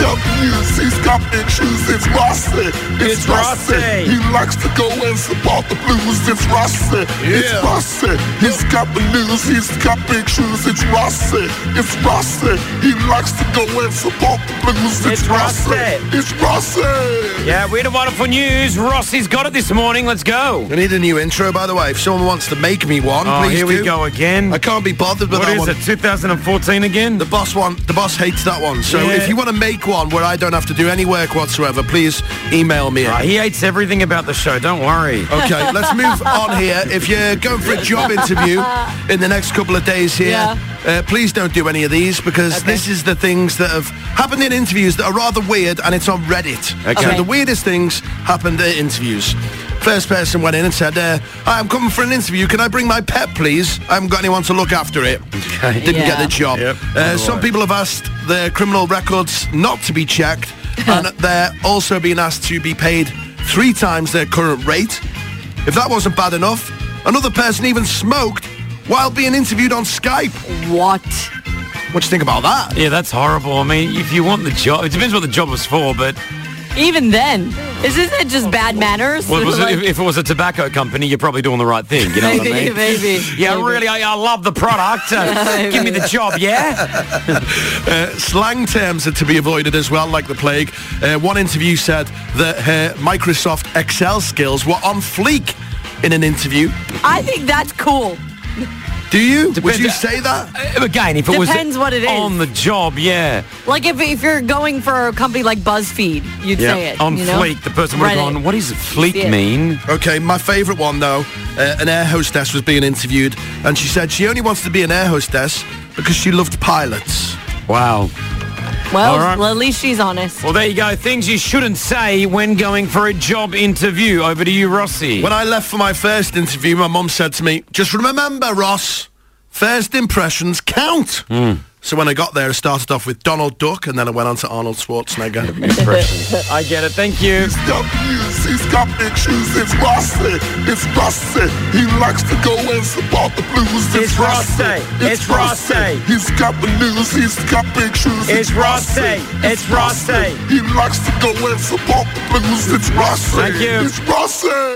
shoes. He's got big shoes. It's Rossi. It's, It's Rossi. Rossi. He likes to go and support the blues. It's Rossi. It's Yeah. Rossi. He's got the news. He's got big shoes. It's Rossi. It's Rossi. He likes to go and support the blues. It's, It's Rossi. Rossi. It's Rossi. Yeah, we had a wonderful news. Rossi's got it this morning. Let's go. I need a new intro, by the way. If someone wants to make me one, Oh, please here we do. go again. I can't be bothered with What that is one. it? 2014 again? The boss one. The boss hates that one. So Yeah. if you want to make one where I don't have to do any work whatsoever, please email me. it. Ah, he hates everything about the show. Don't worry. Okay, let's move on here. If you're going for a job interview in the next couple of days here, Yeah. uh, please don't do any of these because this is the things that have happened in interviews that are rather weird and it's on Reddit. Okay. So the weirdest things happened at interviews. First person went in and said, uh, "Hi, I'm coming for an interview. Can I bring my pet, please? I haven't got anyone to look after it. Okay. Didn't get Yeah. the job. Yep. Uh, some people have asked their criminal records not to be checked, and they're also being asked to be paid three times their current rate. If that wasn't bad enough, another person even smoked while being interviewed on Skype. What? What do you think about that? Yeah, that's horrible. I mean, if you want the job, it depends what the job was for, but Even then, isn't that just bad manners? well, was it- Like- if, if it was a tobacco company, you're probably doing the right thing. You know maybe, what I mean? maybe. Yeah, maybe. really, I, I love the product. Uh, give me the job, yeah? Uh, Slang terms are to be avoided as well, like the plague. Uh, one interview said that her Microsoft Excel skills were on fleek in an interview. I think that's cool. Do you? Would Depends- you say that? Uh, Again, if it was Depends what it is. on the job, yeah. Like if, if you're going for a company like BuzzFeed, you'd say it. on you know? fleek, the person would have Reddit. gone, what does fleek Yeah. mean? Okay, my favourite one though, uh, an air hostess was being interviewed and she said she only wants to be an air hostess because she loved pilots. Wow. Well, All right. at least she's honest. Well, there you go. Things you shouldn't say when going for a job interview. Over to you, Rossi. When I left for my first interview, my mum said to me, just remember, Ross, first impressions count. So when I got there, I started off with Donald Duck and then I went on to Arnold Schwarzenegger. I get it. Thank you. He's got views, he's got big shoes, it's Rossi, it's Rossi. He likes to go and support the blues, it's, It's Rossi, it's Rossi. He's got the news, he's got big shoes, It's Rossi, it's Rossi. He likes to go and support the blues, it's Rossi, Thank you. it's Rossi.